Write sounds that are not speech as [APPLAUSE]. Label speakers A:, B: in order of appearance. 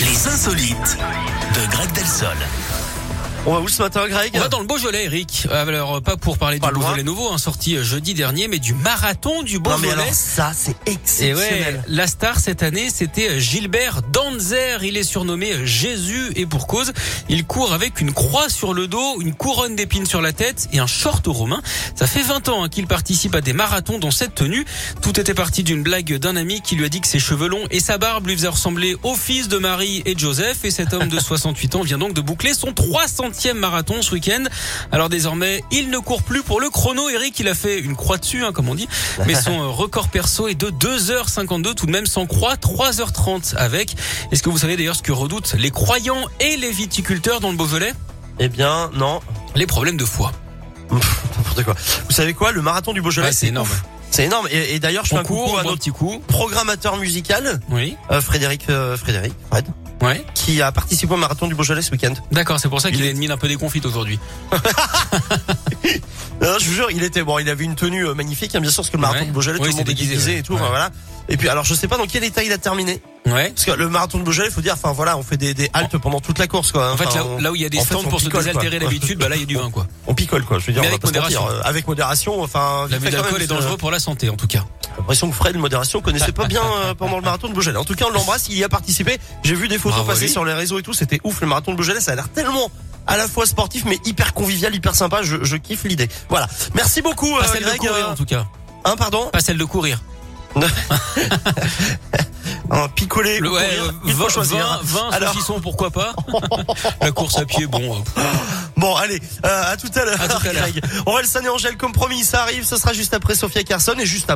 A: Les insolites de Greg Delsol.
B: On va où ce matin, Greg
C: On va dans le Beaujolais, Eric. Alors, euh, pas pour parler
B: Pas
C: du
B: loin.
C: Beaujolais nouveau, hein, sorti euh, jeudi dernier, mais du marathon du
B: Non, mais
C: Beaujolais.
B: alors, Eh ça, c'est
C: Et ouais,
B: exceptionnel.
C: la star cette année, c'était euh, Gilbert Danzer. Il est surnommé euh, Jésus et pour cause, il court avec une croix sur le dos, une couronne d'épines sur la tête et un short romain. Ça fait 20 ans hein, qu'il participe à des marathons dans cette tenue. Tout était parti d'une blague d'un ami qui lui a dit que ses cheveux longs et sa barbe lui faisaient ressembler au fils de Marie et de Joseph. Et cet homme de 68 ans vient donc de boucler son 300e marathon ce week-end. Alors désormais, il ne court plus pour le chrono. Eric, il a fait une croix dessus, hein, comme on dit. Mais son euh, record perso est de 2h52, tout de même sans croix, 3h30 avec. Est-ce que vous savez d'ailleurs ce que redoutent les croyants et les viticulteurs dans le Beaujolais
B: Eh bien, non.
C: Les problèmes de foie.
B: Pff, N'importe quoi. Vous savez quoi Le marathon du Beaujolais,
C: Ouais, c'est énorme.
B: ouf. C'est énorme. Et, et d'ailleurs, je fais
C: On
B: un coucou
C: court, on
B: à
C: boit un
B: notre
C: petit coup.
B: programmateur musical,
C: Oui.
B: euh, Frédéric, euh, Frédéric, Fred,
C: Ouais.
B: qui a participé au marathon du Beaujolais ce week-end.
C: D'accord, c'est pour ça qu'il
B: Il
C: est mis un peu déconfite aujourd'hui.
B: Non, je vous jure, il était bon. Il avait une tenue euh, magnifique, hein, bien sûr, parce que le marathon
C: Ouais.
B: du Beaujolais,
C: Oui,
B: tout le monde
C: c'est
B: est
C: déguisé,
B: déguisé
C: ouais.
B: et tout.
C: Ouais.
B: enfin, voilà. Et puis, alors, je sais pas dans quel état il a terminé,
C: Ouais.
B: parce que le marathon du Beaujolais, faut dire, enfin voilà, on fait des, des haltes pendant toute la course, quoi. hein,
C: En fait,
B: Enfin,
C: là,
B: on-
C: là où il y a des
B: en fait,
C: stands
B: on
C: pour se
B: picole,
C: désaltérer
B: quoi.
C: d'habitude, bah là, il y a du
B: [LAUGHS]
C: vin, quoi.
B: on picole quoi. Je veux dire,
C: Mais
B: on va
C: avec
B: pas se mentir.
C: modération.
B: Euh, avec modération, enfin.
C: L'abus
B: ça, quand
C: d'alcool
B: même,
C: est
B: c'est-
C: dangereux pour la santé, en tout cas.
B: J'ai l'impression que Fred, modération, connaissait pas bien euh, pendant le marathon de Beaujolais. En tout cas, on l'embrasse. Il y a participé. J'ai vu des photos
C: Bravo à
B: passer
C: lui.
B: sur les réseaux et tout. C'était ouf le marathon de Beaujolais. Ça a l'air tellement à la fois sportif mais hyper convivial, hyper sympa. Je, je kiffe l'idée. Voilà. Merci beaucoup,
C: Pas
B: euh,
C: celle de
B: Greg.
C: courir,
B: euh,
C: en tout cas.
B: hein, pardon.
C: Pas celle de courir.
B: Hein, picoler.
C: Le,
B: ou
C: ouais,
B: courir,
C: euh,
B: il faut
C: 20,
B: choisir. hein.
C: 20, 20
B: Alors-
C: saucissons,
B: [LAUGHS]
C: pourquoi pas? la course à pied, bon. euh,
B: Bon, allez, euh, à tout à l'heure.
C: À tout à l'heure.
B: Greg. Orelsan et Angèle, comme promis, ça arrive. Ce sera juste après Sophia Carson et juste après.